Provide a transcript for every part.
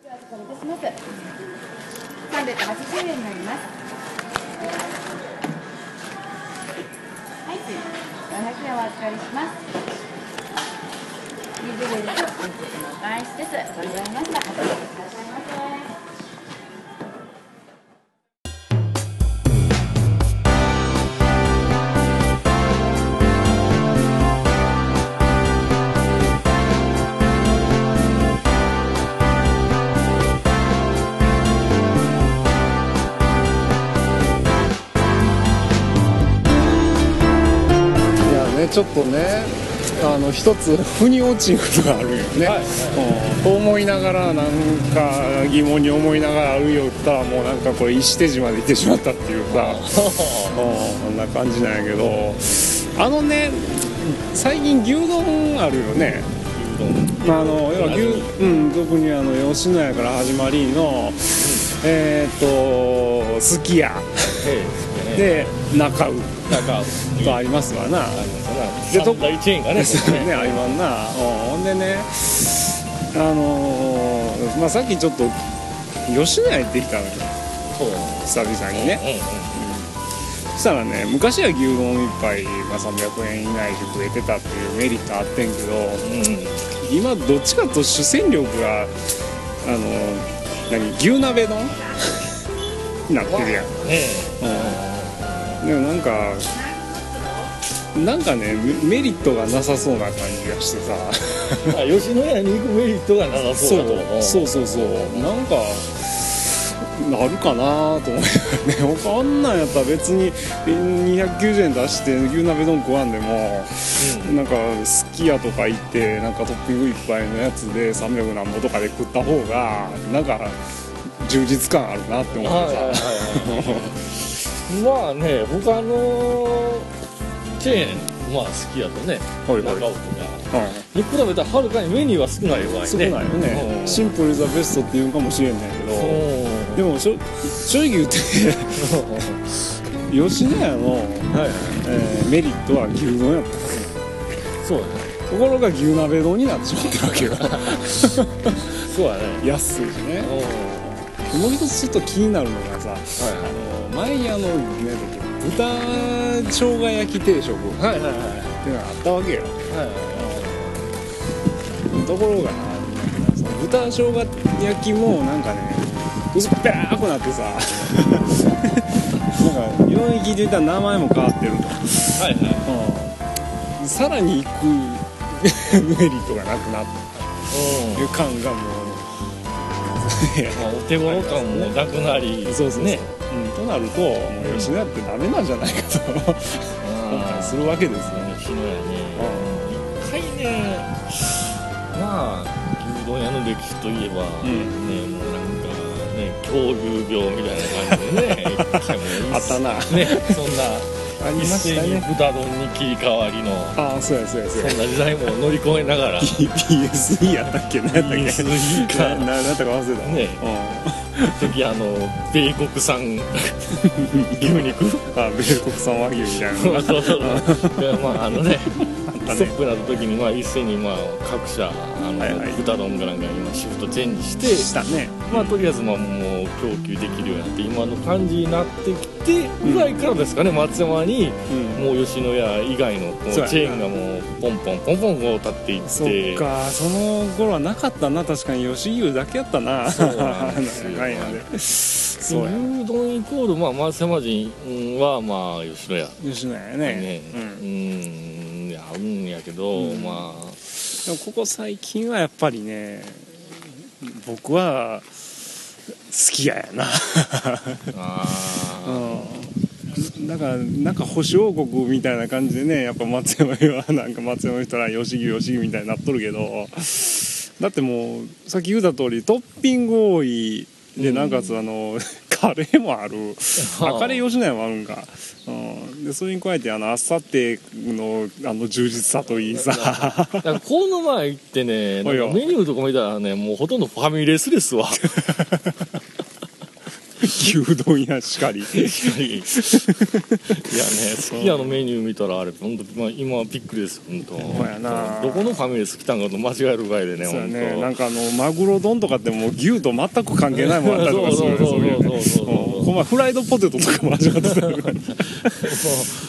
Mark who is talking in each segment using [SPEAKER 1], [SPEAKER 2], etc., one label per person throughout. [SPEAKER 1] きます。三百八十円になります。はい、四百円お預かりします。水類とお肉のお返しです。ございました。お待ちくださいませ。
[SPEAKER 2] いやねちょっとねあの一つ腑に落ちることがあるよね、うん思いながらなんか疑問に思いながら歩いよったらもうなんかこれ石手島まで行ってしまったっていう さうんこんな感じなんやけどあのね最近牛丼あるよねあの要は牛、うん、特にあの吉野家から始まりの、えっ、とすき家で
[SPEAKER 3] で、
[SPEAKER 2] 中う
[SPEAKER 3] なんか、
[SPEAKER 2] とありますわな、
[SPEAKER 3] で、どっかチェーンがね、
[SPEAKER 2] そうね、あいまんな、うんほんでね、あのーまあ、さっきちょっと、吉野家行ってきたのよ、
[SPEAKER 3] そう
[SPEAKER 2] 久々にね、
[SPEAKER 3] ね。
[SPEAKER 2] そしたらね、昔は牛丼一杯、まあ、300円以内で食えてたっていうメリットあってんけど、
[SPEAKER 3] うん、うん、うん、
[SPEAKER 2] 今、どっちかというと主戦力が、あのー何、牛鍋丼になってるやん。
[SPEAKER 3] ね
[SPEAKER 2] でもなんかなんかねメメリットがなさそうな感じがしてさ
[SPEAKER 3] え、まあ、吉野家に行くメリットがなさそうだと思う。
[SPEAKER 2] そうそうそうなんかなるかなと思いながらね 他あんなんやったら別に290円出して牛鍋丼食わんでも、なんかすき家とか行ってなんかトッピングいっぱいのやつで300何ぼとかで食った方がなんか充実感あるなって思
[SPEAKER 3] はい、
[SPEAKER 2] っ
[SPEAKER 3] は
[SPEAKER 2] て
[SPEAKER 3] い、
[SPEAKER 2] さ、
[SPEAKER 3] はい。まあね、他のチェーン、まあ、好きやとね、
[SPEAKER 2] はいはい
[SPEAKER 3] 中尾とか。
[SPEAKER 2] はい
[SPEAKER 3] に比べたらはるかにメニューは少ないわ
[SPEAKER 2] 少ないよね、シンプルイズザベストっていうのかもしれんねんけど、で
[SPEAKER 3] でも、
[SPEAKER 2] もしょ正直言って 吉野家の、
[SPEAKER 3] はい、
[SPEAKER 2] えーメリットは牛丼やった
[SPEAKER 3] そうだね。
[SPEAKER 2] ところが牛鍋丼になってしまってるわけよ
[SPEAKER 3] そうだね。
[SPEAKER 2] 安いしね
[SPEAKER 3] うん、
[SPEAKER 2] も
[SPEAKER 3] は
[SPEAKER 2] う一つちょっと気になるのがさ
[SPEAKER 3] い、はい。
[SPEAKER 2] 前にあのね豚生姜焼き定食って
[SPEAKER 3] はいはいはい
[SPEAKER 2] いうのがあったわけよ
[SPEAKER 3] はい
[SPEAKER 2] ところがなその豚生姜焼きもなんかね薄っぺらーくなってさなんか今まで聞いてた名前も変わってると
[SPEAKER 3] はいはい
[SPEAKER 2] うんさらに行くメリットがなくなっ
[SPEAKER 3] う
[SPEAKER 2] て
[SPEAKER 3] ん
[SPEAKER 2] いう感がもういや
[SPEAKER 3] まあお手頃感もなくなり
[SPEAKER 2] そうそうね
[SPEAKER 3] ね、
[SPEAKER 2] うん、となるともう吉野家ってダメなんじゃないかと 思ったりするわけですよね
[SPEAKER 3] 日野やね一回ねまあ牛丼屋の歴史といえば、
[SPEAKER 2] ん
[SPEAKER 3] ねもうなんかね狂牛病みたいな感じで ね一回もう
[SPEAKER 2] あったな
[SPEAKER 3] ねそんな
[SPEAKER 2] ありま
[SPEAKER 3] 一
[SPEAKER 2] した
[SPEAKER 3] 斉に
[SPEAKER 2] ね
[SPEAKER 3] 豚丼に切り替わりの
[SPEAKER 2] ああそうやそうやそう
[SPEAKER 3] そ
[SPEAKER 2] や
[SPEAKER 3] んな時代も乗り越えな がら
[SPEAKER 2] PSE やったっけ何やったっけ
[SPEAKER 3] PSE か
[SPEAKER 2] なななんだか忘れた
[SPEAKER 3] ね時あの米国産牛
[SPEAKER 2] う
[SPEAKER 3] 肉
[SPEAKER 2] ん、あ米国産和牛みたいなの
[SPEAKER 3] そ
[SPEAKER 2] が
[SPEAKER 3] うそうそう。まああのね、
[SPEAKER 2] あった
[SPEAKER 3] スト
[SPEAKER 2] ね
[SPEAKER 3] ップなった時にまあ一斉にまあ各社あの、
[SPEAKER 2] はいはい
[SPEAKER 3] 豚丼かなんかに今シフトチェンジし
[SPEAKER 2] で
[SPEAKER 3] て、
[SPEAKER 2] したね
[SPEAKER 3] まあとりあえずまあもう供給できるようになって今の感じになってきてぐらいからですかね、松山に
[SPEAKER 2] うん
[SPEAKER 3] もう吉野家以外のこう
[SPEAKER 2] そうやな
[SPEAKER 3] チェーンがもうポンポンポンポンこう立っていって。
[SPEAKER 2] そっかその頃はなかったな確かに吉牛だけやったな
[SPEAKER 3] そうなんですよ
[SPEAKER 2] 長いのでそうや
[SPEAKER 3] 牛丼イコールまあ松山人はまあ吉野家。
[SPEAKER 2] 吉野家やね
[SPEAKER 3] ね、う
[SPEAKER 2] うん、で
[SPEAKER 3] ん、いや合うんやけど、
[SPEAKER 2] うん
[SPEAKER 3] まあ
[SPEAKER 2] もここ最近はやっぱりね僕は好きややな
[SPEAKER 3] あー
[SPEAKER 2] うんだからなんか星王国みたいな感じでねやっぱ松山はなんか松山の人ら吉木吉木みたいになっとるけどだってもうさっき言うた通りトッピング多いでなおかつあのカレーもあるあカレー吉野家もあるんか、うん、でそれに加えてあのあさってのあの充実さとい いさ
[SPEAKER 3] だからこの前行ってね
[SPEAKER 2] おい
[SPEAKER 3] な
[SPEAKER 2] よ
[SPEAKER 3] んかメニューとか見たらねもうほとんどファミレスですわ
[SPEAKER 2] 牛丼やしかり
[SPEAKER 3] いやね好き家のメニュー見たらあれ本当、まあ、今はびっくりです本当
[SPEAKER 2] ほんまやな
[SPEAKER 3] どこのファミレス来たんかと間違えるぐらいでね
[SPEAKER 2] そうや
[SPEAKER 3] 本当
[SPEAKER 2] ねなんかあのマグロ丼とかってもう牛と全く関係ないもんあったりとかするよね
[SPEAKER 3] そうそうそうそうそ
[SPEAKER 2] そ
[SPEAKER 3] う
[SPEAKER 2] ういうのねうんこの前フライドポテトとかも味わってたよね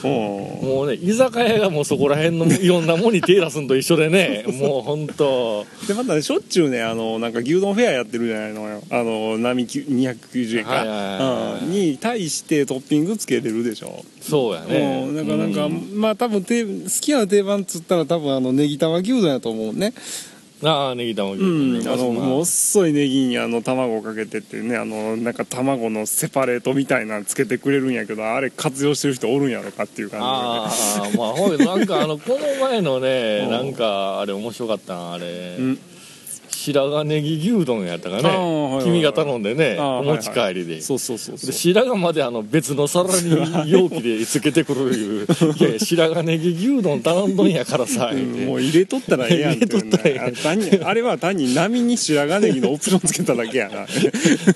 [SPEAKER 2] うん
[SPEAKER 3] もうね居酒屋がもうそこら辺のいろんなもんに手出すんと一緒 でねもう本当
[SPEAKER 2] でまたねしょっちゅうねあのなんか牛丼フェアやってるじゃないのよあの並290円か、
[SPEAKER 3] はいはいはいはい
[SPEAKER 2] うんに対してトッピングつけれるでしょ
[SPEAKER 3] そうやね
[SPEAKER 2] うんなんかなんか、
[SPEAKER 3] う
[SPEAKER 2] まあ多分て好きな定番っつったら多分あのネギ玉牛丼やと思うね
[SPEAKER 3] ああネギ玉牛
[SPEAKER 2] うんあの
[SPEAKER 3] ま
[SPEAKER 2] もう細いネギにあの卵かけてってねあのなんか卵のセパレートみたいなのつけてくれるんやけどあれ活用してる人おるんやろかっていう感
[SPEAKER 3] ああまあほんでなんかあのこの前の ねなんかあれ面白かったなあれ、
[SPEAKER 2] ん
[SPEAKER 3] 白髪ネギ牛丼やったか
[SPEAKER 2] あーはいはいは
[SPEAKER 3] ね
[SPEAKER 2] い
[SPEAKER 3] 君が頼んでね
[SPEAKER 2] あー
[SPEAKER 3] お持ち帰りで、
[SPEAKER 2] じそうそうそうそ
[SPEAKER 3] で
[SPEAKER 2] う
[SPEAKER 3] 白髪まであの別の皿に容器でつけてく るいういやいや白髪ネギ牛丼頼んどんやからさ、
[SPEAKER 2] う
[SPEAKER 3] 言
[SPEAKER 2] ん
[SPEAKER 3] うて
[SPEAKER 2] もう入れとったらええやんっていうね
[SPEAKER 3] 入れとったらええやん
[SPEAKER 2] あ単にあれは単に波に白髪ネギのオプションつけただけや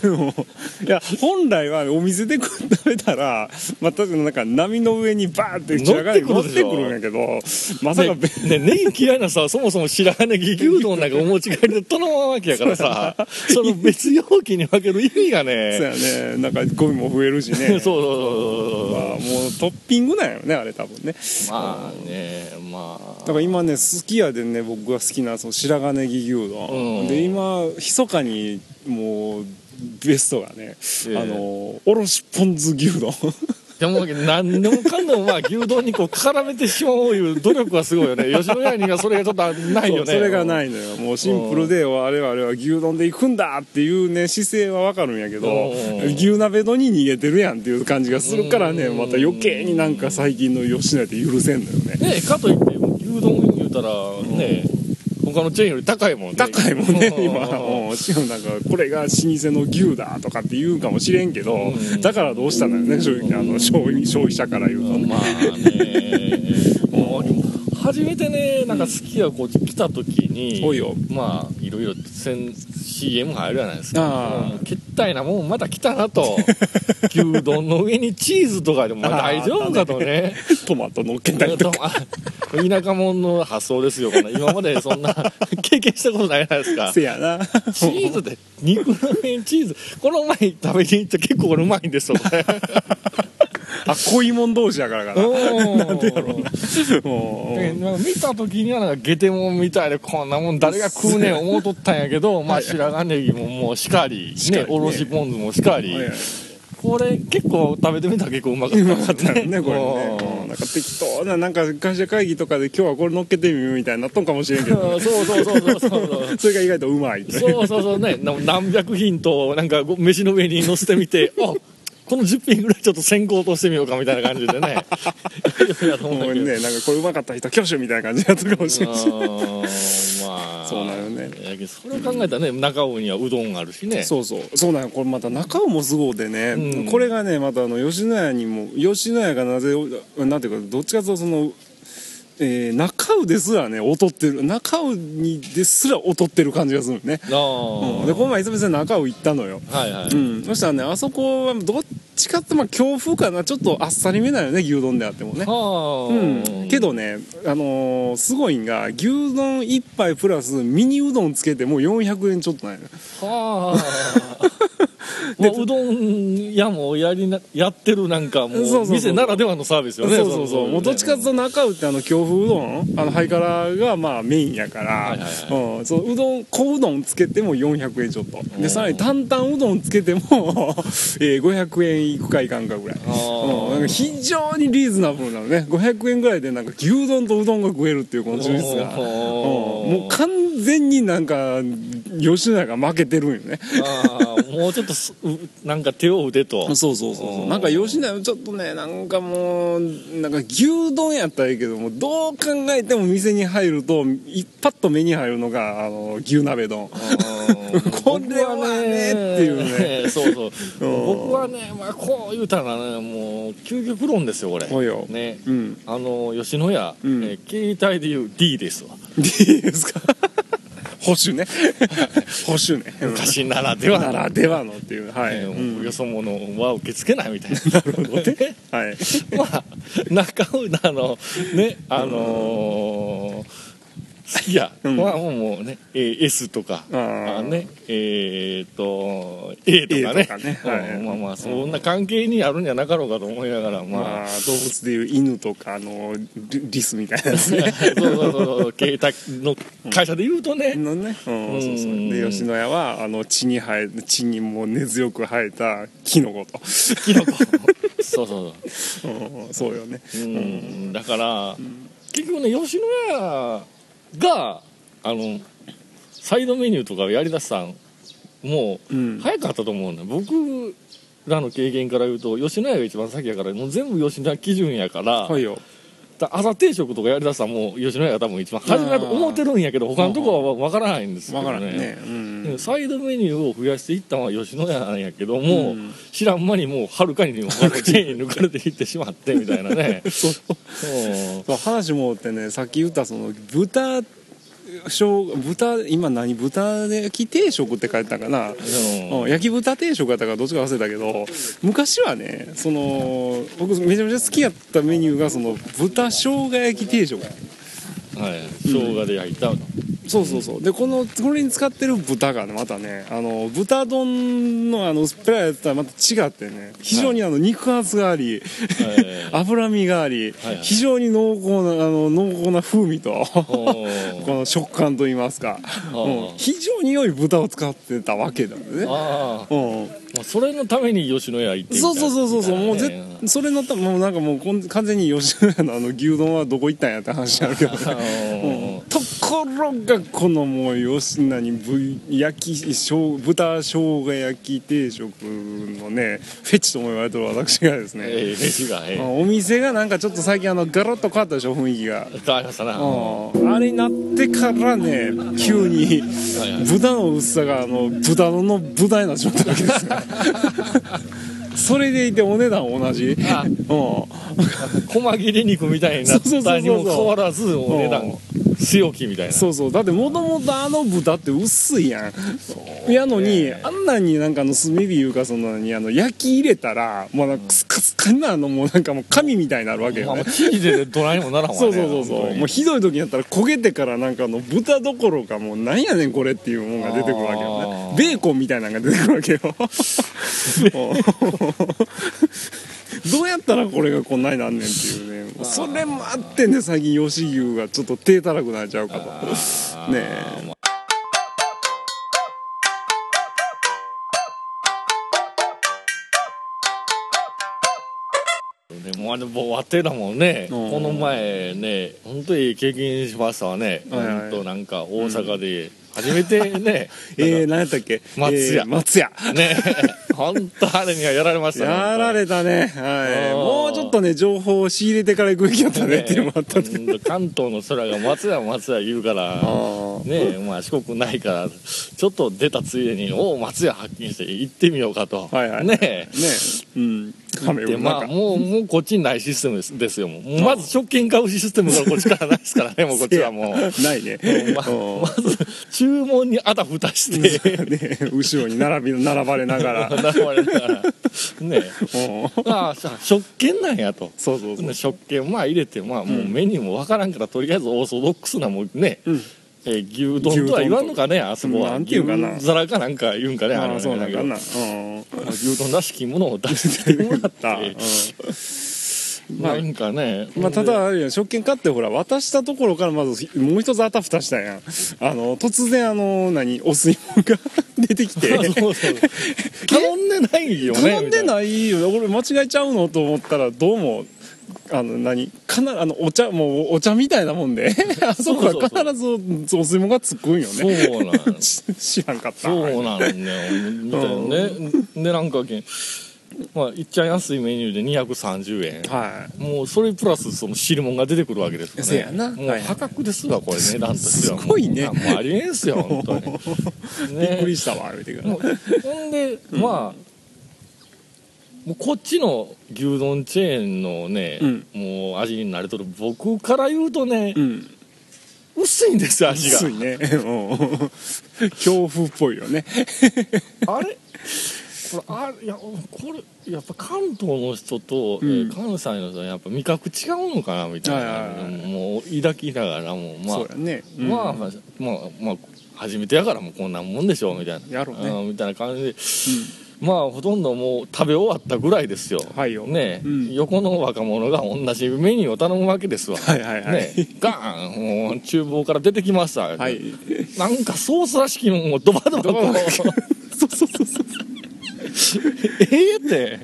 [SPEAKER 2] な もういや本来はお店で食べたらまたなんか波の上にバーって白髪ネギ乗
[SPEAKER 3] 乗っ
[SPEAKER 2] ってて
[SPEAKER 3] く
[SPEAKER 2] く
[SPEAKER 3] るでしょ
[SPEAKER 2] るんやけどまさかべ
[SPEAKER 3] ねねネギ嫌いなさそもそも白髪ネギ牛丼なんかお持ち帰りで頼まんわけやか らさその別容器に分ける意味が
[SPEAKER 2] そう
[SPEAKER 3] ね
[SPEAKER 2] やねなんかゴミも増えるし
[SPEAKER 3] そう
[SPEAKER 2] ね
[SPEAKER 3] そう
[SPEAKER 2] まあ
[SPEAKER 3] そうそう
[SPEAKER 2] もうトッピングなんやろねあれ多分ね
[SPEAKER 3] まあねまあ
[SPEAKER 2] だから今ねすき家でね僕が好きなその白髪ネギ牛丼、
[SPEAKER 3] うん
[SPEAKER 2] で今密かにもうベストがね、
[SPEAKER 3] ええ
[SPEAKER 2] あのおろしポン酢牛丼
[SPEAKER 3] でも何でもかんでもまあ牛丼にこう絡めてしまおういう努力はすごいよね吉野家にはそれがちょっとないよ ね
[SPEAKER 2] そうそれが
[SPEAKER 3] い
[SPEAKER 2] ないのよもうシンプルで我々は牛丼で行くんだっていうね姿勢はわかるんやけど
[SPEAKER 3] うん
[SPEAKER 2] 牛鍋のに逃げてるやんっていう感じがするからねまた余計になんか最近の吉野家って許せんのよね
[SPEAKER 3] ねかといって牛丼言うたらね他のチェーンより高いもんね
[SPEAKER 2] 高いもんね
[SPEAKER 3] う
[SPEAKER 2] 今うんしかもなんかこれが老舗の牛だとかって言うかもしれんけど
[SPEAKER 3] ん
[SPEAKER 2] だからどうしたんだよね正直あの消費消費者から言うとね
[SPEAKER 3] まあねもうでも初めてねなんか好きがこう来た時に、
[SPEAKER 2] おいよ
[SPEAKER 3] まあいろいろせん CM 入るじゃないですか
[SPEAKER 2] ああ
[SPEAKER 3] もうけったいなもんまた来たなと牛丼の上にチーズとかでもまあ
[SPEAKER 2] ああ
[SPEAKER 3] 大丈夫かとね
[SPEAKER 2] トマト乗っけたりとか
[SPEAKER 3] 田舎者の発想ですよこの今までそ んな経験したことないじゃないですか
[SPEAKER 2] せやな
[SPEAKER 3] チーズって肉の上にチーズこの前食べに行った結構これうまいんですよこれ
[SPEAKER 2] あ濃いもん同士やからかな
[SPEAKER 3] なんでやろう
[SPEAKER 2] も
[SPEAKER 3] で
[SPEAKER 2] う
[SPEAKER 3] なんか見た時にはなんかゲテモンみたいでこんなもん誰が食うねん思うとったんやけど、まあ、白髪ネギももうしかり
[SPEAKER 2] しか
[SPEAKER 3] ね
[SPEAKER 2] りね
[SPEAKER 3] おろしポン酢もしかり、
[SPEAKER 2] はいはい
[SPEAKER 3] これ結構食べてみたら結構うまかった
[SPEAKER 2] 分かったよねこれねうん
[SPEAKER 3] うん
[SPEAKER 2] なんか適当ななんか会社会議とかで今日はこれ乗っけてみるみたいになっとんかもしれんけど
[SPEAKER 3] そうそうそうそうそうそう
[SPEAKER 2] それが意外とうまいと
[SPEAKER 3] そうそうそう ねな何百品となんかご飯の上に乗せて みてあこの10品ぐらいちょっと先行としてみようかみたいな感じでねいろいろやと思うん
[SPEAKER 2] も
[SPEAKER 3] だ
[SPEAKER 2] う
[SPEAKER 3] けど
[SPEAKER 2] ねなんかこれうまかった人挙手みたいな感じになっとるかもしれんし
[SPEAKER 3] うんまあ
[SPEAKER 2] そうなのね
[SPEAKER 3] やけどそれを考えたらね中尾にはうどんがあるしね
[SPEAKER 2] そうそうそうなんよこれまた中尾もすごうでね、
[SPEAKER 3] うん
[SPEAKER 2] これがねまたあの吉野家にも吉野家がなぜなんていうかどっちかというとその、えー中尾ですらね劣ってる中尾にですら劣ってる感じがするね、
[SPEAKER 3] あ
[SPEAKER 2] う
[SPEAKER 3] あ
[SPEAKER 2] ん、でこの前久々に中尾行ったのよ、
[SPEAKER 3] はいはい、
[SPEAKER 2] うん、そしたらねあそこはどっちかってまあ強風かなちょっとあっさりめだよね牛丼であってもね
[SPEAKER 3] はあ、
[SPEAKER 2] うん、けどね、あのーすごいんが牛丼1杯プラスミニうどんつけてもう400円ちょっとないの
[SPEAKER 3] はあまあうどん屋もやりなやってるなんかも
[SPEAKER 2] そうそう
[SPEAKER 3] う
[SPEAKER 2] そう
[SPEAKER 3] 店ならではのサービスよね
[SPEAKER 2] そうそうそうもうどっちかっていうと中うってあの京風うどんあのハイカラがまあメインやから、
[SPEAKER 3] はいはいは
[SPEAKER 2] うん、そううどん小うどんつけても400円ちょっと
[SPEAKER 3] う
[SPEAKER 2] で
[SPEAKER 3] ん
[SPEAKER 2] さらに担々うどんつけても、 えー500円いくかいかんかぐらい、
[SPEAKER 3] あー
[SPEAKER 2] うん、なんか非常にリーズナブルなのね500円ぐらいでなんか牛丼とうどんが食えるっていうこの充実が、うん、
[SPEAKER 3] おー
[SPEAKER 2] もう完全になんか吉永が負けてるんよね
[SPEAKER 3] ああもうちょっとすうなんか手を打てと
[SPEAKER 2] そうそうそう
[SPEAKER 3] う
[SPEAKER 2] そ
[SPEAKER 3] ん
[SPEAKER 2] うなんか吉野家ちょっとねなんかもうなんか牛丼やったらいいけどもどう考えても店に入るといパッと目に入るのがあの牛鍋丼これはねっていう
[SPEAKER 3] ねそうそう
[SPEAKER 2] うん
[SPEAKER 3] 僕はね、まあ、こう言うたらねもう究極論ですよこれ
[SPEAKER 2] おいよ
[SPEAKER 3] ね
[SPEAKER 2] うん
[SPEAKER 3] あの吉野家、
[SPEAKER 2] うん
[SPEAKER 3] えー携帯で言う D ですわ
[SPEAKER 2] D ですか 保守ね 保守ね
[SPEAKER 3] 昔ならで
[SPEAKER 2] で
[SPEAKER 3] は
[SPEAKER 2] は
[SPEAKER 3] な
[SPEAKER 2] な
[SPEAKER 3] ら、
[SPEAKER 2] らではのっていうはい、
[SPEAKER 3] え
[SPEAKER 2] う
[SPEAKER 3] ー
[SPEAKER 2] ん
[SPEAKER 3] よそ者は受け付けないみ たいな。なるほどね。
[SPEAKER 2] はい
[SPEAKER 3] まあ中浦のねあのーいや、
[SPEAKER 2] うん
[SPEAKER 3] まあもうね、えー S とか
[SPEAKER 2] あー
[SPEAKER 3] あねえーっと A とか
[SPEAKER 2] A
[SPEAKER 3] ね
[SPEAKER 2] とかねはい
[SPEAKER 3] うんまあまあそんな関係にあるんじゃなかろうかと思いながら
[SPEAKER 2] ま
[SPEAKER 3] まあ
[SPEAKER 2] あ、動物でいう犬とかあのリリスみたいなやつ
[SPEAKER 3] そう
[SPEAKER 2] ね
[SPEAKER 3] そうそう携帯の会社で言うとね、
[SPEAKER 2] のね、うん
[SPEAKER 3] うん
[SPEAKER 2] そうそうで吉野家はあの血に生え血にもう根強く生えたキノコと、
[SPEAKER 3] キノコそうそう
[SPEAKER 2] うん、そうよね
[SPEAKER 3] そう、うん、だから、結局ね吉野家があのサイドメニューとかをやりだしたんもう、
[SPEAKER 2] うん
[SPEAKER 3] 早かったと思うね僕らの経験から言うと吉野家が一番先やからもう全部吉野家基準やから,、
[SPEAKER 2] はいよ
[SPEAKER 3] 朝定食とかやりだしたらもう吉野家が多分一番初めだと思ってるんやけど他のとこは分からないんですけ
[SPEAKER 2] わ
[SPEAKER 3] ど
[SPEAKER 2] か
[SPEAKER 3] ね
[SPEAKER 2] らんね、うん
[SPEAKER 3] でサイドメニューを増やしていったのは吉野家なんやけども、
[SPEAKER 2] うん
[SPEAKER 3] 知らん間にもうはるかに他のチェーンに抜かれていってしまってみたいな ねそう
[SPEAKER 2] そう話もってねさっき言ったその豚しょう豚今何豚焼き定食って書いてたかな、
[SPEAKER 3] ん
[SPEAKER 2] うん焼き豚定食やったからどっちか忘れたけど昔はねその僕めちゃめちゃ好きやったメニューがその豚生姜焼き定食
[SPEAKER 3] はい生姜で焼いた、
[SPEAKER 2] そうそうそうでこのこれに使ってる豚がねまたねあの豚丼のあの薄っぺらいやつとはまた違ってね非常にあの肉厚があり、
[SPEAKER 3] えー
[SPEAKER 2] 脂身があり、
[SPEAKER 3] はいはい
[SPEAKER 2] 非常に濃厚なあの濃厚な風味と こ
[SPEAKER 3] おー
[SPEAKER 2] の食感といいますか、
[SPEAKER 3] ー
[SPEAKER 2] うん非常に良い豚を使ってたわけだよね
[SPEAKER 3] ああ、
[SPEAKER 2] うん、
[SPEAKER 3] まあ、それのために吉野家行ってみた
[SPEAKER 2] そうそうそうそうそう、もう
[SPEAKER 3] みたい
[SPEAKER 2] ぜ
[SPEAKER 3] なね
[SPEAKER 2] それのたもうなんかもうこん完全に吉野家のあの牛丼はどこ行ったんやって話になるけどね
[SPEAKER 3] あー
[SPEAKER 2] ところがこのもう吉野にぶ焼きしょう豚生姜焼き定食のねフェチとも言われてる私がですね、
[SPEAKER 3] ええ飯がえ
[SPEAKER 2] あ
[SPEAKER 3] え
[SPEAKER 2] のお店がなんかちょっと最近あのガラッと変わったでしょ雰囲気が、
[SPEAKER 3] 変わりましたな
[SPEAKER 2] うんあれになってからね急に
[SPEAKER 3] はいはい
[SPEAKER 2] 豚の薄さがあの豚のの豚になっちまったわけ ですよそれでいてお値段同じ
[SPEAKER 3] あ
[SPEAKER 2] うん
[SPEAKER 3] 細切れ肉みたいになったにも変わらずお値段強きみたいな
[SPEAKER 2] そうそうだってもともとあの豚って薄いやんやのにあんなになんかあの炭火いうかそのにあの焼き入れたらもうなんかスカスカになるのもうなんかもう紙みたいになるわけ
[SPEAKER 3] ま
[SPEAKER 2] よ
[SPEAKER 3] あま
[SPEAKER 2] ね
[SPEAKER 3] あ生地でどないもならんわね
[SPEAKER 2] そうそうそうそうもうひどい時にやったら焦げてからなんかあの豚どころかもうなんやねんこれっていうもんが出てくるわけよ
[SPEAKER 3] あ
[SPEAKER 2] ね
[SPEAKER 3] ー
[SPEAKER 2] ベーコンみたいなのが出てくる わけよどうやったらこれがこんなになんねんっていうねそれもあってね最近吉牛がちょっと手たらくなっちゃうかとねえ
[SPEAKER 3] でもあれもうわてらもね、
[SPEAKER 2] うん
[SPEAKER 3] この前ね本当に経験しましたわね、
[SPEAKER 2] はいはい
[SPEAKER 3] 本当なんか大阪で初めてね、
[SPEAKER 2] えー、何やったっけ
[SPEAKER 3] 松屋
[SPEAKER 2] えー松屋
[SPEAKER 3] ね 本当あれにはやられましたね
[SPEAKER 2] やられたねはい
[SPEAKER 3] あー
[SPEAKER 2] もうちょっとね情報を仕入れてから行くべきやったねっていうのもあったんだけど
[SPEAKER 3] ね関東の空が松屋松屋言うから
[SPEAKER 2] あ
[SPEAKER 3] ねまあ四国ないからちょっと出たついでにおお松屋発見して行ってみようかと、
[SPEAKER 2] はいはい
[SPEAKER 3] ね
[SPEAKER 2] ねえうん亀
[SPEAKER 3] で
[SPEAKER 2] う
[SPEAKER 3] まあもうもうこっちにないシステムですですよもうまず食券買うシステムがこっちからないですからねもうこっちはもう。
[SPEAKER 2] ないね
[SPEAKER 3] ま
[SPEAKER 2] うん
[SPEAKER 3] まず 注文にあたふたして
[SPEAKER 2] ね後ろに並び並ばれなが らうん
[SPEAKER 3] 並ばれながら ねああさ食券なんやと
[SPEAKER 2] そうそうそう
[SPEAKER 3] 食券まあ入れてまあもうメニューもわからんからとりあえずオーソドックスなもんね、
[SPEAKER 2] ん
[SPEAKER 3] えー牛丼とは言わんのかねあそこは
[SPEAKER 2] なんていうかな
[SPEAKER 3] 牛皿かなんか言うんかね
[SPEAKER 2] ああそうなんかな
[SPEAKER 3] あ
[SPEAKER 2] うん
[SPEAKER 3] の牛丼らしきものを出してきてもらっ
[SPEAKER 2] だ
[SPEAKER 3] てなんかね
[SPEAKER 2] まあただあれや食券買ってほら渡したところからまずもう一つあたふたしたやんあの突然あの何お吸い物が 出てきて
[SPEAKER 3] そうそう そう頼んでないよね
[SPEAKER 2] 頼んで
[SPEAKER 3] い
[SPEAKER 2] ないよ俺間違えちゃうのと思ったらどうもあの何かなあのお茶もうお茶みたいなもん であそこは
[SPEAKER 3] そうそうそう
[SPEAKER 2] 必ずおお吸い物がつくんよ
[SPEAKER 3] そ
[SPEAKER 2] ね
[SPEAKER 3] うなん
[SPEAKER 2] 知らんかった
[SPEAKER 3] そうなんだよみたいなねでなんかけんまあいっちゃん安いメニューで230円
[SPEAKER 2] は
[SPEAKER 3] もうそれプラスその汁物が出てくるわけですよね
[SPEAKER 2] せやな
[SPEAKER 3] も
[SPEAKER 2] は
[SPEAKER 3] う
[SPEAKER 2] い
[SPEAKER 3] 破格ですわこれ値段としては
[SPEAKER 2] すごいね
[SPEAKER 3] もうもうありえんすよ本当 に
[SPEAKER 2] いびっくり
[SPEAKER 3] ね
[SPEAKER 2] したわ言うてから
[SPEAKER 3] もうほんでまあもうこっちの牛丼チェーンのね、
[SPEAKER 2] うん
[SPEAKER 3] もう味に慣れとる僕から言うとね、
[SPEAKER 2] うん
[SPEAKER 3] 薄いんですよ味が
[SPEAKER 2] 薄いねうん 強風っぽいよね
[SPEAKER 3] あれこれあいやこれやっぱ関東の人と、
[SPEAKER 2] うん
[SPEAKER 3] えー関西の人はやっぱ味覚違うのかなみたいな、
[SPEAKER 2] はいはいは
[SPEAKER 3] もう抱きながらもまあ
[SPEAKER 2] そうやね、うん
[SPEAKER 3] まあまあまあ、まあ、初めてやからもうこんなもんでしょうみたいな
[SPEAKER 2] やろうね
[SPEAKER 3] うんみたいな感じでまあほとんどもう食べ終わったぐらいですよ、
[SPEAKER 2] はいよ
[SPEAKER 3] ねえ、
[SPEAKER 2] うん
[SPEAKER 3] 横の若者が同じメニューを頼むわけですわ、
[SPEAKER 2] はいはいはい、
[SPEAKER 3] ねえ、ガーンもう厨房から出てきました、
[SPEAKER 2] はい
[SPEAKER 3] なんかソースらしきもんをドバドバ
[SPEAKER 2] ドバ
[SPEAKER 3] こ
[SPEAKER 2] ドバ
[SPEAKER 3] うそうそうそうそうええって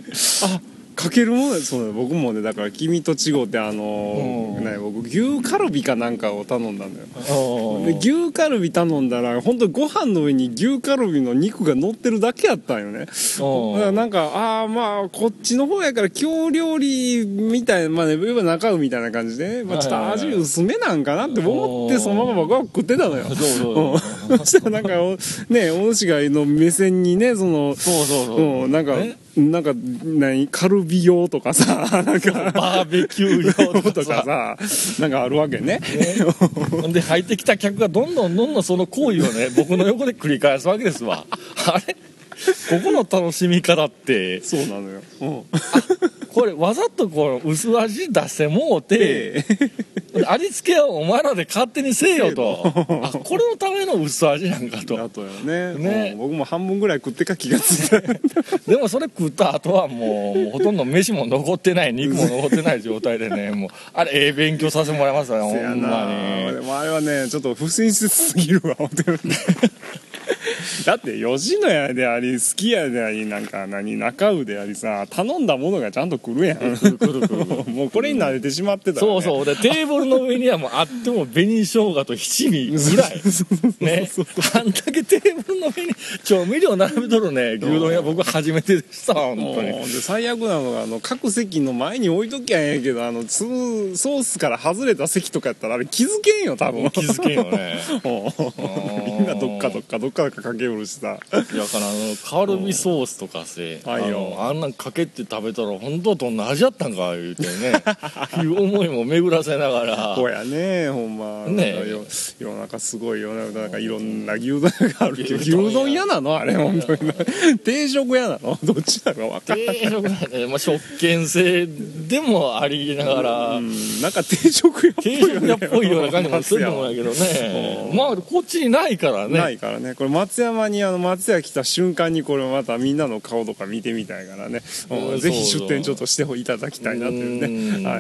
[SPEAKER 2] かけるものだそうだ僕もねだから「君と違う」ってあの
[SPEAKER 3] うん
[SPEAKER 2] ね、僕牛カルビかなんかを頼んだんだよで
[SPEAKER 3] で
[SPEAKER 2] 牛カルビ頼んだら本当ご飯の上に牛カルビの肉が乗ってるだけやったんよね
[SPEAKER 3] おー
[SPEAKER 2] だからなんかああまあこっちの方やから京料理みたいなまあねいわば中身みたいな感じで、ねまあ、ちょっと味薄めなんかなって思って
[SPEAKER 3] おー
[SPEAKER 2] そのまま僕は食ってたのよ
[SPEAKER 3] そうそう
[SPEAKER 2] うんそしたらなんかおねお主がの目線にねその
[SPEAKER 3] そうそうそう
[SPEAKER 2] うん、なんか
[SPEAKER 3] ね
[SPEAKER 2] なんか何カルビ用とかさなんか
[SPEAKER 3] バーベキュー用
[SPEAKER 2] と
[SPEAKER 3] とかさ
[SPEAKER 2] かさなんかあるわけね
[SPEAKER 3] ほんで入ってきた客がどんどんどんどんその行為をね僕の横で繰り返すわけですわあれここの楽しみ方って
[SPEAKER 2] そうなのよ、うん
[SPEAKER 3] これわざとこの薄味出せもうて、味付けはお前らで勝手にせえよとあこれのための薄味なんか と
[SPEAKER 2] あとよね
[SPEAKER 3] ね
[SPEAKER 2] うん僕も半分ぐらい食ってか気がついた
[SPEAKER 3] でもそれ食った後はもうもうほとんど飯も残ってない肉も残ってない状態でねもうあれええ勉強させてもらいましたねほ
[SPEAKER 2] せや
[SPEAKER 3] ん
[SPEAKER 2] な
[SPEAKER 3] ま
[SPEAKER 2] で
[SPEAKER 3] に
[SPEAKER 2] もあれはねちょっと不親切すぎるわ思ってるだって吉野家でありすき家でありなんか何中尾でありさ頼んだものがちゃんと来るやん
[SPEAKER 3] くるくるくる
[SPEAKER 2] もうこれに慣れてしまってたら、ね
[SPEAKER 3] そうそうでテーブルの上にはもうあっても紅生姜と七味 ぐらいねあんだけテーブルの上に調味料並べとるね牛丼屋僕初めてでしたわ本当
[SPEAKER 2] もう
[SPEAKER 3] に
[SPEAKER 2] で最悪なのがあの各席の前に置いときゃええけどあのつソースから外れた席とかやったらあれ気づけんよ多分
[SPEAKER 3] 気づけんよね
[SPEAKER 2] うん みんなどっかどっかどっかかけおるしさ
[SPEAKER 3] いやからあのカルビソースとかせ
[SPEAKER 2] うん
[SPEAKER 3] あ
[SPEAKER 2] はいよ
[SPEAKER 3] のあんなんかけて食べたら本当どんな味やったんか言うてねいう思いも巡らせなが ら
[SPEAKER 2] こうやねほんま
[SPEAKER 3] ね
[SPEAKER 2] なんかよ世の中すごい世の中なんかいろんな牛丼屋があるけど 牛
[SPEAKER 3] 牛丼屋
[SPEAKER 2] 丼屋なのあれ本当 に定食屋なのどっちなのか分かんない
[SPEAKER 3] 定食なんでまあ、食券制でもありながら、
[SPEAKER 2] うんなんか定食屋っぽい
[SPEAKER 3] 定
[SPEAKER 2] よね
[SPEAKER 3] 食屋っぽいような感じもするんだけどねまあこっちにないからね
[SPEAKER 2] ないからねこれ松山にあの松屋来た瞬間にこれまたみんなの顔とか見てみたいからね、うん
[SPEAKER 3] うん
[SPEAKER 2] ぜひ
[SPEAKER 3] そ
[SPEAKER 2] 出
[SPEAKER 3] うそう
[SPEAKER 2] 店ちょっとしていただきたいなという
[SPEAKER 3] うん
[SPEAKER 2] ねは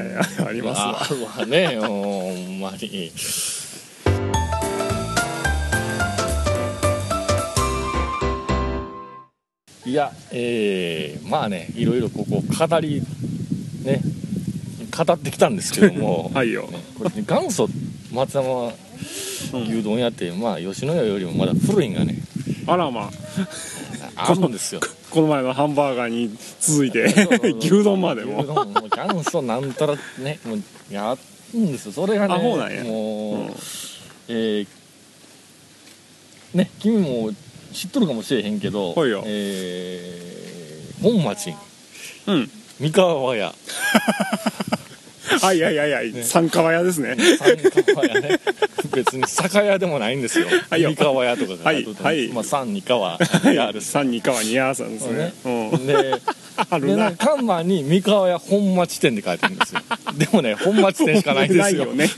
[SPEAKER 2] いありますわ
[SPEAKER 3] あるわねほんまにいやえー、まあねいろいろここ語りね語ってきたんですけど も、
[SPEAKER 2] はいよ
[SPEAKER 3] ねこれね元祖松山牛丼屋って、まあ吉野家よりもまだ古いんがね
[SPEAKER 2] あらま
[SPEAKER 3] あるんですよ
[SPEAKER 2] この前のハンバーガーに続いて 牛丼までも
[SPEAKER 3] 牛丼も元祖なんたらねもうやるんですよそれがね
[SPEAKER 2] あそうなんや
[SPEAKER 3] もう、
[SPEAKER 2] うん
[SPEAKER 3] えーね君も知っとるかもしれへんけど、
[SPEAKER 2] はいよ
[SPEAKER 3] えー本町
[SPEAKER 2] うん
[SPEAKER 3] 三河屋
[SPEAKER 2] あいやいやいや、三河屋ですね
[SPEAKER 3] 三河屋ね 別に酒屋でもないんですよ、
[SPEAKER 2] はいよ
[SPEAKER 3] 三河屋とかが
[SPEAKER 2] はいはい
[SPEAKER 3] まあ三 二河
[SPEAKER 2] はい
[SPEAKER 3] 屋です
[SPEAKER 2] 三に川にやーさんですね
[SPEAKER 3] ね、
[SPEAKER 2] うん
[SPEAKER 3] で
[SPEAKER 2] あ
[SPEAKER 3] で
[SPEAKER 2] る
[SPEAKER 3] な
[SPEAKER 2] なん
[SPEAKER 3] か看板に三河屋本町店って書いてるんですよでもね本町店しかないんですよ
[SPEAKER 2] ないよね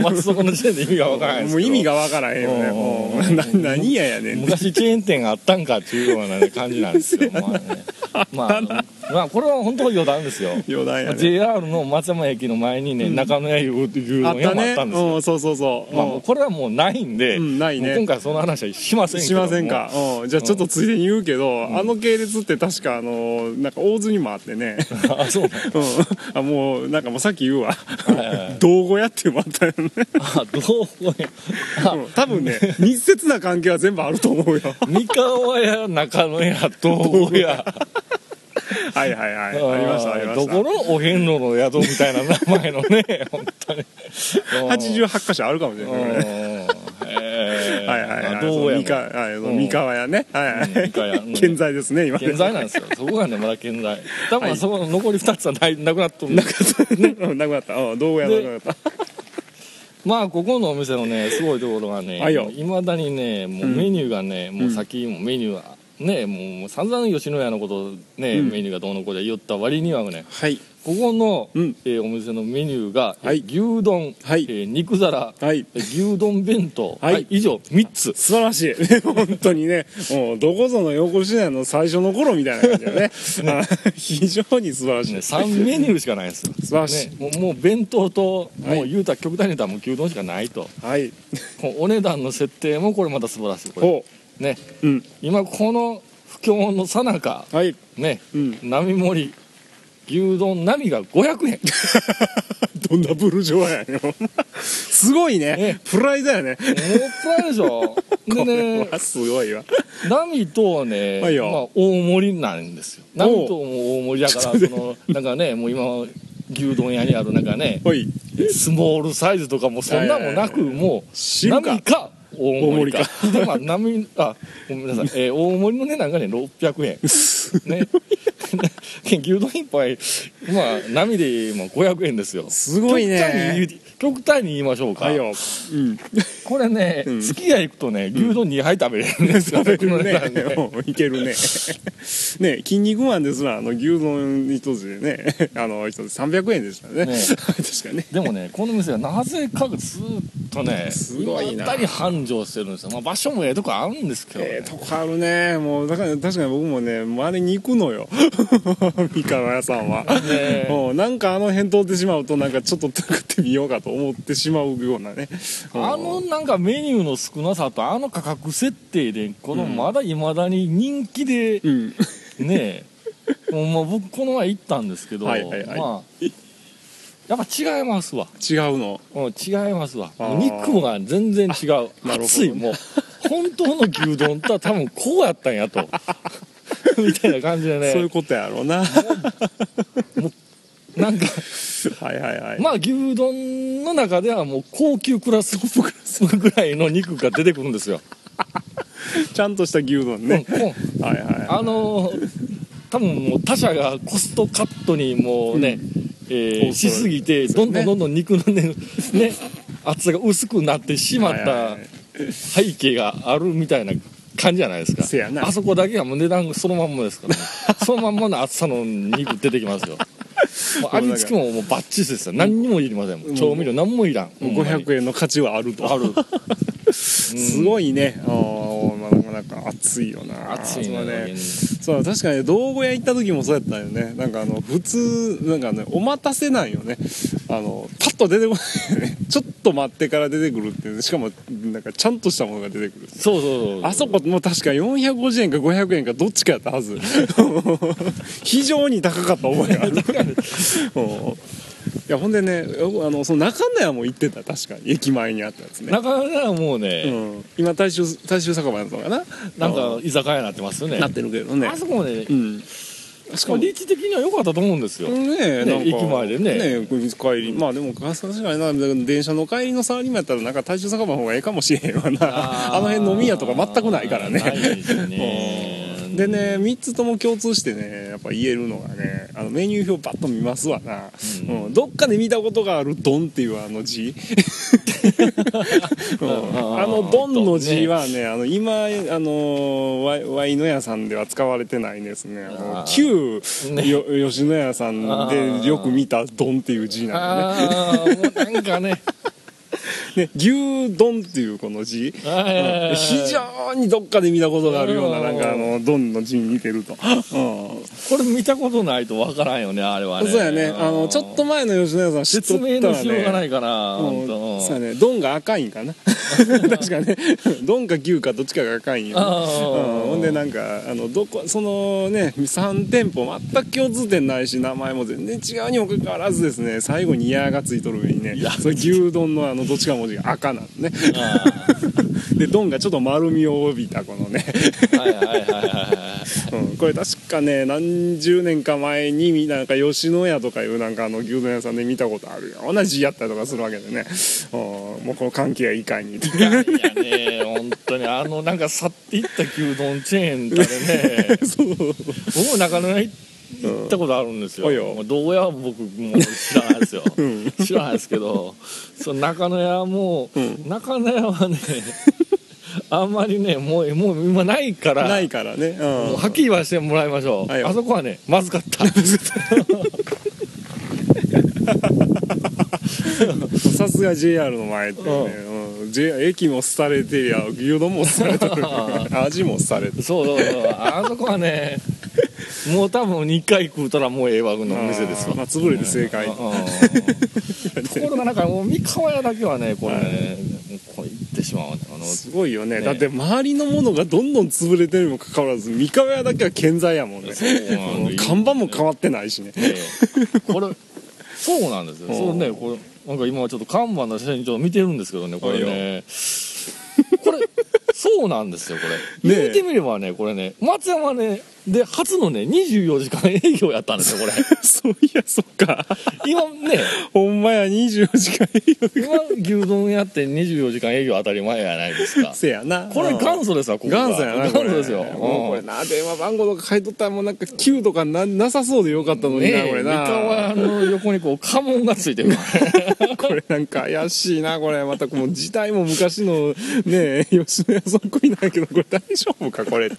[SPEAKER 3] もうそこの時点で意味がわからないんです
[SPEAKER 2] も
[SPEAKER 3] け
[SPEAKER 2] う
[SPEAKER 3] ど
[SPEAKER 2] 意味がわからへんよねもうな何ややねん
[SPEAKER 3] 昔チェーン店があったんかっていうようなね、感じなんですよまあねまあ、まあこれは本当に余談ですよ
[SPEAKER 2] 余談やね
[SPEAKER 3] JR の松山駅の前にね、中野屋いう牛
[SPEAKER 2] あっ
[SPEAKER 3] 丼
[SPEAKER 2] た
[SPEAKER 3] 屋もあ
[SPEAKER 2] ね
[SPEAKER 3] ったんですよ
[SPEAKER 2] うんそうそうそう
[SPEAKER 3] まあ、
[SPEAKER 2] うん
[SPEAKER 3] もうこれはもうないんで、
[SPEAKER 2] うんないね
[SPEAKER 3] もう今回はその話はしませんけど
[SPEAKER 2] しませんか、うん、じゃあちょっとついでに言うけど、あの系列って確かあのなんか大津にもあってね、
[SPEAKER 3] もう あそうなん
[SPEAKER 2] うん、あもうなんかもうさっき言うわ
[SPEAKER 3] いはいは
[SPEAKER 2] 道後屋っていうのもあったよね、
[SPEAKER 3] あどうあ
[SPEAKER 2] うん、多分ね密接な関係は全部あると思うよ
[SPEAKER 3] 三河屋中野屋道具屋
[SPEAKER 2] はいはい はいありましたありまし
[SPEAKER 3] ど
[SPEAKER 2] た
[SPEAKER 3] このお遍路の宿みたいな名前のね本当に
[SPEAKER 2] 88箇所あるかもしれ
[SPEAKER 3] うん
[SPEAKER 2] ないね
[SPEAKER 3] えー
[SPEAKER 2] はいはいはい
[SPEAKER 3] まあどう
[SPEAKER 2] そう
[SPEAKER 3] や
[SPEAKER 2] 三河
[SPEAKER 3] も
[SPEAKER 2] はいそう
[SPEAKER 3] うん
[SPEAKER 2] 三河屋ねはい、
[SPEAKER 3] うん三河屋うん
[SPEAKER 2] 健在ですね今ね
[SPEAKER 3] 健在なんですよそこがねまだ健在多
[SPEAKER 2] はい
[SPEAKER 3] 分そこの残り2つはないなくなっとるんで
[SPEAKER 2] なくなったうん道後屋なくなった
[SPEAKER 3] まあここのお店のねすごいところはね
[SPEAKER 2] あいよ
[SPEAKER 3] いまだにねもう
[SPEAKER 2] うん
[SPEAKER 3] メニューがね、もう
[SPEAKER 2] うん
[SPEAKER 3] 先もメニューはねもう散々吉野家のことね、
[SPEAKER 2] うん
[SPEAKER 3] メニューがどうのこうじゃ言った割にはね
[SPEAKER 2] はい
[SPEAKER 3] ここの、
[SPEAKER 2] うん
[SPEAKER 3] えーお店のメニューが、えー
[SPEAKER 2] はい
[SPEAKER 3] 牛丼、
[SPEAKER 2] はい
[SPEAKER 3] えー肉皿、
[SPEAKER 2] はい
[SPEAKER 3] えー牛丼弁当、
[SPEAKER 2] はい
[SPEAKER 3] 以上3つ
[SPEAKER 2] 素晴らしい 本当にねもうどこぞの横市内の最初の頃みたいな感じ だねあ非常に素晴らしい、
[SPEAKER 3] ね、3メニューしかないですよ
[SPEAKER 2] 素晴らしい
[SPEAKER 3] ね、もうもう弁当と、
[SPEAKER 2] はい
[SPEAKER 3] もう言うたら極端に言うたらもう牛丼しかないと
[SPEAKER 2] はい
[SPEAKER 3] こうお値段の設定もこれまた素晴らしいこれ
[SPEAKER 2] ほ
[SPEAKER 3] ね
[SPEAKER 2] ううん
[SPEAKER 3] 今この不況の最中
[SPEAKER 2] はい
[SPEAKER 3] ね、
[SPEAKER 2] うん
[SPEAKER 3] 並盛り牛丼並が500円
[SPEAKER 2] どんなブルジョワやねん すごいね
[SPEAKER 3] ね
[SPEAKER 2] プライドやね
[SPEAKER 3] もったいでし ょでね
[SPEAKER 2] うわすごいわ
[SPEAKER 3] 並とはね、
[SPEAKER 2] はい
[SPEAKER 3] ま
[SPEAKER 2] よ
[SPEAKER 3] あ、大盛りなんですよ並とも大盛りだからそのなんかねもう今牛丼屋にあるなんかね
[SPEAKER 2] おい
[SPEAKER 3] スモールサイズとかもそんなもなくもう
[SPEAKER 2] 汁か
[SPEAKER 3] 並か大盛りか
[SPEAKER 2] 大
[SPEAKER 3] でまあ並あごめんなさい、えー大盛りの値段がね600円ね 牛丼一杯まあ並でも500円ですよ
[SPEAKER 2] すごいね
[SPEAKER 3] 極端に言う極端に言いましょうか、
[SPEAKER 2] はいようん
[SPEAKER 3] これね、
[SPEAKER 2] ん
[SPEAKER 3] 月が行くとね牛丼2杯食べれるんですよ、
[SPEAKER 2] 食べ
[SPEAKER 3] この
[SPEAKER 2] る
[SPEAKER 3] 値段で
[SPEAKER 2] ねうんいける ねね筋肉マンですらあの牛丼一つでね あの一つ300円でしたね
[SPEAKER 3] ね
[SPEAKER 2] 確かね
[SPEAKER 3] でもねこの店はなぜかずっとね
[SPEAKER 2] すごいな
[SPEAKER 3] 未だに繁盛してるんですよ、まあ、場所もええとこあるんですけど、ね
[SPEAKER 2] ええとこあるねもうだから確かに僕もねあれに行くのよ 三河屋さんは、
[SPEAKER 3] ね
[SPEAKER 2] うんなんかあの辺通ってしまうとなんかちょっと食ってみようかと思ってしまうようなねうん
[SPEAKER 3] あのなんかメニューの少なさとあの価格設定でこのまだいまだに人気で
[SPEAKER 2] うん
[SPEAKER 3] ねえ、もうまあ僕この前行ったんですけど、
[SPEAKER 2] はいはいはい
[SPEAKER 3] まあやっぱ違いますわ
[SPEAKER 2] 違うの
[SPEAKER 3] うん違いますわ
[SPEAKER 2] あー
[SPEAKER 3] 肉が全然違う
[SPEAKER 2] なるほど
[SPEAKER 3] 熱いもう本当の牛丼とは多分こうやったんやと みたいな感じでね
[SPEAKER 2] そういうことやろうな は
[SPEAKER 3] なんか
[SPEAKER 2] いはいはい、
[SPEAKER 3] まあ牛丼の中ではもう高級クラスぐらいの肉が出てくるんですよ、
[SPEAKER 2] ちゃんとした牛丼
[SPEAKER 3] うん
[SPEAKER 2] ね、
[SPEAKER 3] うん
[SPEAKER 2] はいはい
[SPEAKER 3] あのー多分もう他社がコストカットにもうね、えー
[SPEAKER 2] そうそう
[SPEAKER 3] しすぎて
[SPEAKER 2] そう
[SPEAKER 3] ど
[SPEAKER 2] ね
[SPEAKER 3] んどんどんどん肉のねね厚さが薄くなってしまっ
[SPEAKER 2] はいはいは
[SPEAKER 3] た
[SPEAKER 2] い
[SPEAKER 3] 背景があるみたいな感じじゃないですか
[SPEAKER 2] せやな
[SPEAKER 3] あそこだけはもう値段そのまんまですか ら、ね、そのまんまの厚さの肉出てきますよもう味付けももうバッチリですよ何にもいりませんもう調味料何もいらんほんまに
[SPEAKER 2] 500円の価値はあると
[SPEAKER 3] ある
[SPEAKER 2] すごいね、あーまあなかなか熱いよな
[SPEAKER 3] 熱いね
[SPEAKER 2] そうね
[SPEAKER 3] 現に
[SPEAKER 2] そう確かに道具屋行った時もそうやったんよねなんかあの普通なんかねお待たせなんよねあのパッと出てこないよね ちょっと待ってから出てくるっていうねしかもなんかちゃんとしたものが出てくる
[SPEAKER 3] そうそうそう
[SPEAKER 2] あそこも確か450円か500円かどっちかやったはず 非常に高かった覚えがあるうんいやほんでねあのその中野屋も行ってた確かに駅前にあったやつね
[SPEAKER 3] なかなかもうね、
[SPEAKER 2] うん、今大衆大衆酒場なのかな
[SPEAKER 3] なんか居酒屋になってますよね
[SPEAKER 2] なってるけどね
[SPEAKER 3] あそこもね、
[SPEAKER 2] うんしかもね
[SPEAKER 3] 立地的には良かったと思うんですよ、
[SPEAKER 2] えなんか
[SPEAKER 3] 駅前でね
[SPEAKER 2] ねえ帰りまあでも確かにな電車の帰りのサラリーマンやったらなんか大衆酒場の方がええかもしれんわなあの辺飲み屋とか全くないから
[SPEAKER 3] ない
[SPEAKER 2] ね
[SPEAKER 3] ですよ
[SPEAKER 2] う
[SPEAKER 3] ね
[SPEAKER 2] んでね3つとも共通してねやっぱ言えるのがねあのメニュー表バッと見ますわな、うんどっかで見たことがある「ドン」っていうあの 字、うんあの「ドン」の字はねあの今あのワイワイの屋さんでは使われてないですねあの
[SPEAKER 3] あ
[SPEAKER 2] 旧
[SPEAKER 3] ね
[SPEAKER 2] よ吉野家さんでよく見た「ドン」っていう字なんでね
[SPEAKER 3] ああもうなんか ね
[SPEAKER 2] ね牛丼っていうこの字
[SPEAKER 3] あー
[SPEAKER 2] 非常にどっかで見たことがあるような
[SPEAKER 3] うん
[SPEAKER 2] なんかあのドンの字に似てる と、うん
[SPEAKER 3] これ見たことないとわからんよねあれはね
[SPEAKER 2] そうやねあのちょっと前の吉野家さん知っとっ
[SPEAKER 3] 説
[SPEAKER 2] たら
[SPEAKER 3] 明
[SPEAKER 2] ね
[SPEAKER 3] のしようがないから、
[SPEAKER 2] うん
[SPEAKER 3] 本当
[SPEAKER 2] そうやねドンが赤いんか な確かねドンか牛かどっちかが赤いんよ、
[SPEAKER 3] あ
[SPEAKER 2] うん、
[SPEAKER 3] ー
[SPEAKER 2] ほんでなんかあのどこそのね3店舗全く共通点ないし名前も全然違うにもかかわらずですね最後に「や」がついとる上にねそれ牛丼のあのどっちかの文字が赤なのね
[SPEAKER 3] あ
[SPEAKER 2] でドンがちょっと丸みを帯びたこのね、
[SPEAKER 3] ーはいはいはいはいは
[SPEAKER 2] うん、これ確かね何十年か前にみなんか吉野家とかいうなんかあの牛丼屋さんで見たことあるよ同じやったりとかするわけでね、うん、もうこの関係はいかにって
[SPEAKER 3] いいやいやね本当にあのなんか去っていった牛丼チェーンだね
[SPEAKER 2] そう
[SPEAKER 3] 僕も中野屋行っ行ったことあるんですよ、
[SPEAKER 2] はいよ
[SPEAKER 3] もうどうやは僕もう知らないですよ、知らないですけどその中野屋も、中野屋 はねあんまりねもうもう今ないから
[SPEAKER 2] ないからね、うん、
[SPEAKER 3] もうはっきり言わせてもらいましょう、
[SPEAKER 2] はいよ
[SPEAKER 3] あそこはねまずかった
[SPEAKER 2] さすが JR の前ってね、うん、J- 駅も廃れてりゃ牛丼も廃れてる味も廃れてる
[SPEAKER 3] そうそうそうあそこはねもう多分2回食うたらもうええわのお店ですわ
[SPEAKER 2] まあ潰れて正解、
[SPEAKER 3] うんところがなんかもう三河屋だけはねこれね、こう行ってしまうねあの
[SPEAKER 2] すごいよね
[SPEAKER 3] ね
[SPEAKER 2] だって周りのものがどんどん潰れてるにもかかわらず三河屋だけは健在やもんね
[SPEAKER 3] そうなんだよ
[SPEAKER 2] 看板も変わってないしね
[SPEAKER 3] ええこれそうなんですよそうねこれなんか今ちょっと看板の写真ちょっと見てるんですけどねこれねこれそうなんですよこれ、
[SPEAKER 2] ねえ
[SPEAKER 3] 言ってみればねこれね松山ねで初のね24時間営業やったんです よこれ
[SPEAKER 2] そういやそっか
[SPEAKER 3] 今ね
[SPEAKER 2] ほんまや24時間営業
[SPEAKER 3] 今牛丼やって24時間営業当たり前やないですか
[SPEAKER 2] せやな
[SPEAKER 3] これ元祖ですわここが
[SPEAKER 2] 元祖やなこれ
[SPEAKER 3] 元祖ですよ
[SPEAKER 2] もうこ
[SPEAKER 3] う
[SPEAKER 2] れ
[SPEAKER 3] ん
[SPEAKER 2] な電話番号とか書いとったらもうなんか9とかななさそうでよかったのにな、
[SPEAKER 3] ね
[SPEAKER 2] これ
[SPEAKER 3] え三
[SPEAKER 2] な
[SPEAKER 3] 河屋の横にこう家紋がついてるから
[SPEAKER 2] これなんか怪しいなこれまたこの時代も昔のね吉野家そっくりなんやけどこれ大丈夫かこれ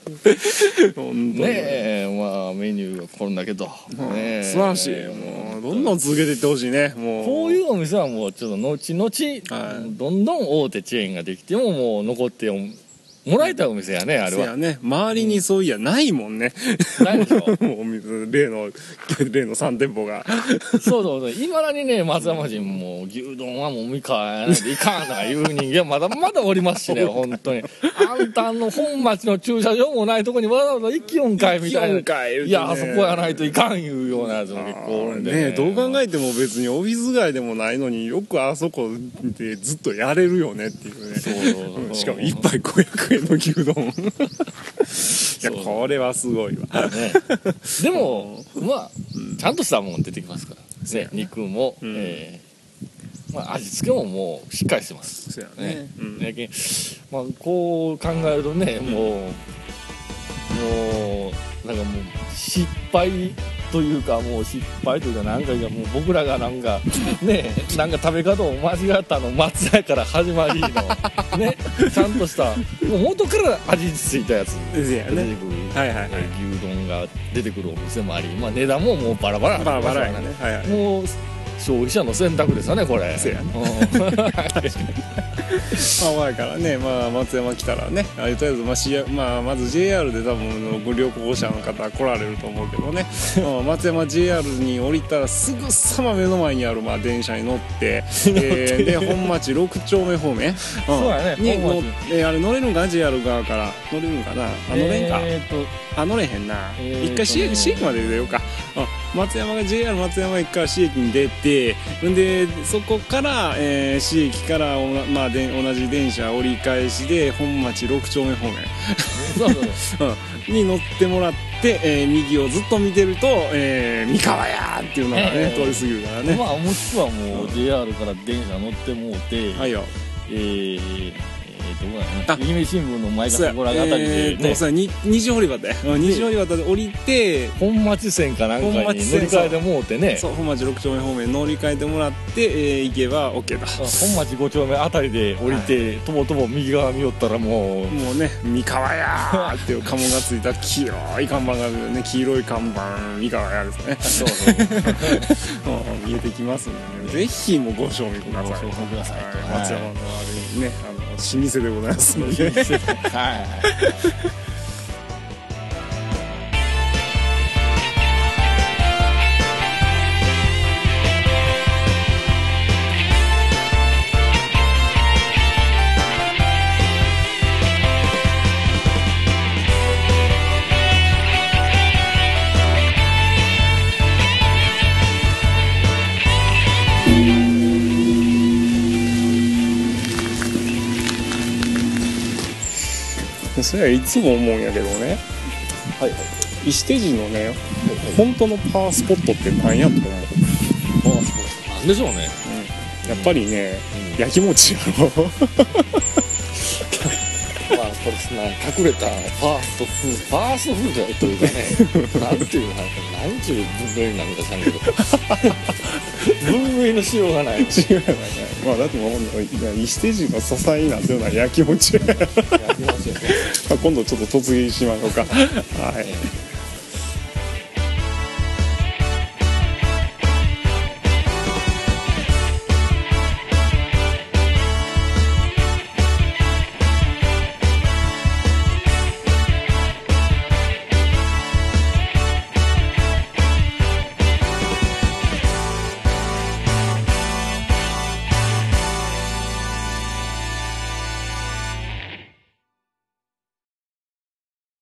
[SPEAKER 2] 本当
[SPEAKER 3] ねえまあメニューがこんだけど、ねえ
[SPEAKER 2] 素晴らしいもうどんどん続けていってほしいねもう
[SPEAKER 3] こういうお店はもうちょっと後々、
[SPEAKER 2] はい
[SPEAKER 3] どんどん大手チェーンができてももう残ってもらえたお店やねあれ
[SPEAKER 2] せ
[SPEAKER 3] は
[SPEAKER 2] やね周りにそういやないもんね、
[SPEAKER 3] ないでし ょ
[SPEAKER 2] もうお店例の例の3店舗が
[SPEAKER 3] そうそうそういまだにね松山人も牛丼はもう三河やなんていかんとかいう人間まだまだおりますしね本当にあんたの本町の駐車場もないとこにわざわざ行きよんかいみたいな
[SPEAKER 2] 行きよんかい言うてね
[SPEAKER 3] いやあそこやないといかんいうようなやつも結構おるんで
[SPEAKER 2] ねどう考えても別にオフィス街でもないのによくあそこでずっとやれるよねっていうね
[SPEAKER 3] そうそうそう
[SPEAKER 2] うんしかも1杯500円の牛丼 いや
[SPEAKER 3] そう
[SPEAKER 2] これはすごいわ
[SPEAKER 3] ね、でもまあちゃんとしたもん出てきますから、ね、肉も、
[SPEAKER 2] ん
[SPEAKER 3] えーまあ、味付けももうしっかりしてます
[SPEAKER 2] そうや
[SPEAKER 3] ね
[SPEAKER 2] ね、うん
[SPEAKER 3] やけんまあ、こう考えるとねもう、もうなんかもう失敗というかもう失敗というかなんかいやもう僕らがなんかねなんか食べ方を間違ったの松屋から始まりのねちゃんとしたもう元から味付いたやつ
[SPEAKER 2] そうやね
[SPEAKER 3] 出てくる、
[SPEAKER 2] はいはいはい
[SPEAKER 3] 牛丼が出てくるお店もあり、まあ、値段ももうバラバラ
[SPEAKER 2] バラバラやねはいはい
[SPEAKER 3] もう消費者の選択ですよねこれ
[SPEAKER 2] そうやね
[SPEAKER 3] う
[SPEAKER 2] まあ前からね、まあ、松山来たらねあとりあえず、まあ C まあ、まず JR で多分ご旅行者の方来られると思うけどね まあ松山 JR に降りたらすぐさま目の前にあるまあ電車に乗 って、えーで本町6丁目方面、うん
[SPEAKER 3] そうやね
[SPEAKER 2] に乗
[SPEAKER 3] 本
[SPEAKER 2] っ
[SPEAKER 3] 町
[SPEAKER 2] えーあれ乗れるんかな JR 側から乗れるんかなあ乗れんか、
[SPEAKER 3] えーっと
[SPEAKER 2] あ乗れへんな、
[SPEAKER 3] えーとね
[SPEAKER 2] 一回市駅市駅まで出ようかあ松山が JR 松山駅から市駅に出てんでそこから、えー市駅からおな、まあ、で同じ電車折り返しで本町6丁目方面、
[SPEAKER 3] そうそう
[SPEAKER 2] うん、に乗ってもらって、えー右をずっと見てると「えー三河屋!」っていうのがね、
[SPEAKER 3] えー
[SPEAKER 2] 通り過ぎるから
[SPEAKER 3] そう
[SPEAKER 2] ね、
[SPEAKER 3] まあもしくはもう JR から電車乗ってもうて、
[SPEAKER 2] はいよ
[SPEAKER 3] えーえーどこ
[SPEAKER 2] あ
[SPEAKER 3] だよね愛媛新聞の前
[SPEAKER 2] そう
[SPEAKER 3] か
[SPEAKER 2] や
[SPEAKER 3] らご覧あたり
[SPEAKER 2] え
[SPEAKER 3] で、
[SPEAKER 2] ー
[SPEAKER 3] ね
[SPEAKER 2] とそうやに二条堀端やうん二条堀端で降りて
[SPEAKER 3] 本町線かなんかに乗
[SPEAKER 2] 本
[SPEAKER 3] り
[SPEAKER 2] 町線
[SPEAKER 3] 換えてもうてね
[SPEAKER 2] そう本町6丁目方面乗り換えてもらって、えー行けば OK だ
[SPEAKER 3] 本町5丁目あたりで降りて、ともとも右側見よったらもう
[SPEAKER 2] もうね「三河屋!」っていう家紋がついた黄色い看板があるよね黄色い看板三河屋ですね
[SPEAKER 3] そう そう
[SPEAKER 2] うん見えてきますので、ぜひもうご賞味ください
[SPEAKER 3] ご賞味ください
[SPEAKER 2] はい松山のあれねあの老舗でございますので
[SPEAKER 3] はい
[SPEAKER 2] それはいつも思うんやけどね
[SPEAKER 3] はい
[SPEAKER 2] 石手寺のね本当のパワースポットって何やったの
[SPEAKER 3] なんでしょうね
[SPEAKER 2] やっぱりね、焼き餅やろ
[SPEAKER 3] まあこれな隠れたファーストフードファーストフードやというかねなんていうのなんていう分類なのか知らんけど分類のしようがな
[SPEAKER 2] 違
[SPEAKER 3] い
[SPEAKER 2] うよね まあだってもういや石手人の支えになってるのは焼き餅や
[SPEAKER 3] やりますよね
[SPEAKER 2] 今度ちょっと突撃しましょうかはい
[SPEAKER 3] えー